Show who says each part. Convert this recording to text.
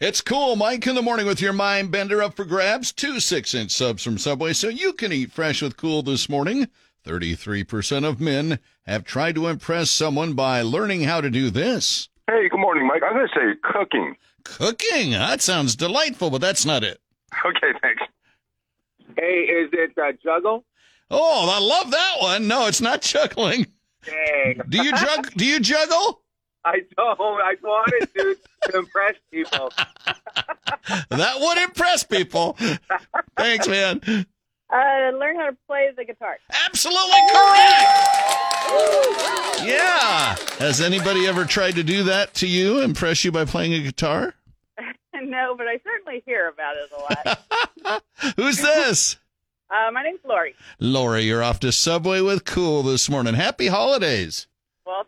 Speaker 1: It's cool, Mike, in the morning with your mind bender up for grabs. Two six inch subs from Subway, so you can eat fresh with cool this morning. 33% of men have tried to impress someone by learning how to do this.
Speaker 2: Hey, good morning, Mike. I'm going to say cooking.
Speaker 1: Cooking? That sounds delightful, but that's not it.
Speaker 2: Okay, thanks.
Speaker 3: Hey, is it uh, juggle?
Speaker 1: Oh, I love that one. No, it's not chuckling.
Speaker 3: Dang.
Speaker 1: Do you jug- do you juggle?
Speaker 3: I don't. I wanted to, to impress people.
Speaker 1: That would impress people. Thanks, man.
Speaker 4: Uh, learn how to play the guitar.
Speaker 1: Absolutely correct. Yeah. Has anybody ever tried to do that to you? Impress you by playing a guitar?
Speaker 4: no, but I certainly hear about it a lot.
Speaker 1: Who's this?
Speaker 4: uh, my name's Lori.
Speaker 1: Lori, you're off to Subway with Cool this morning. Happy holidays.
Speaker 4: Well,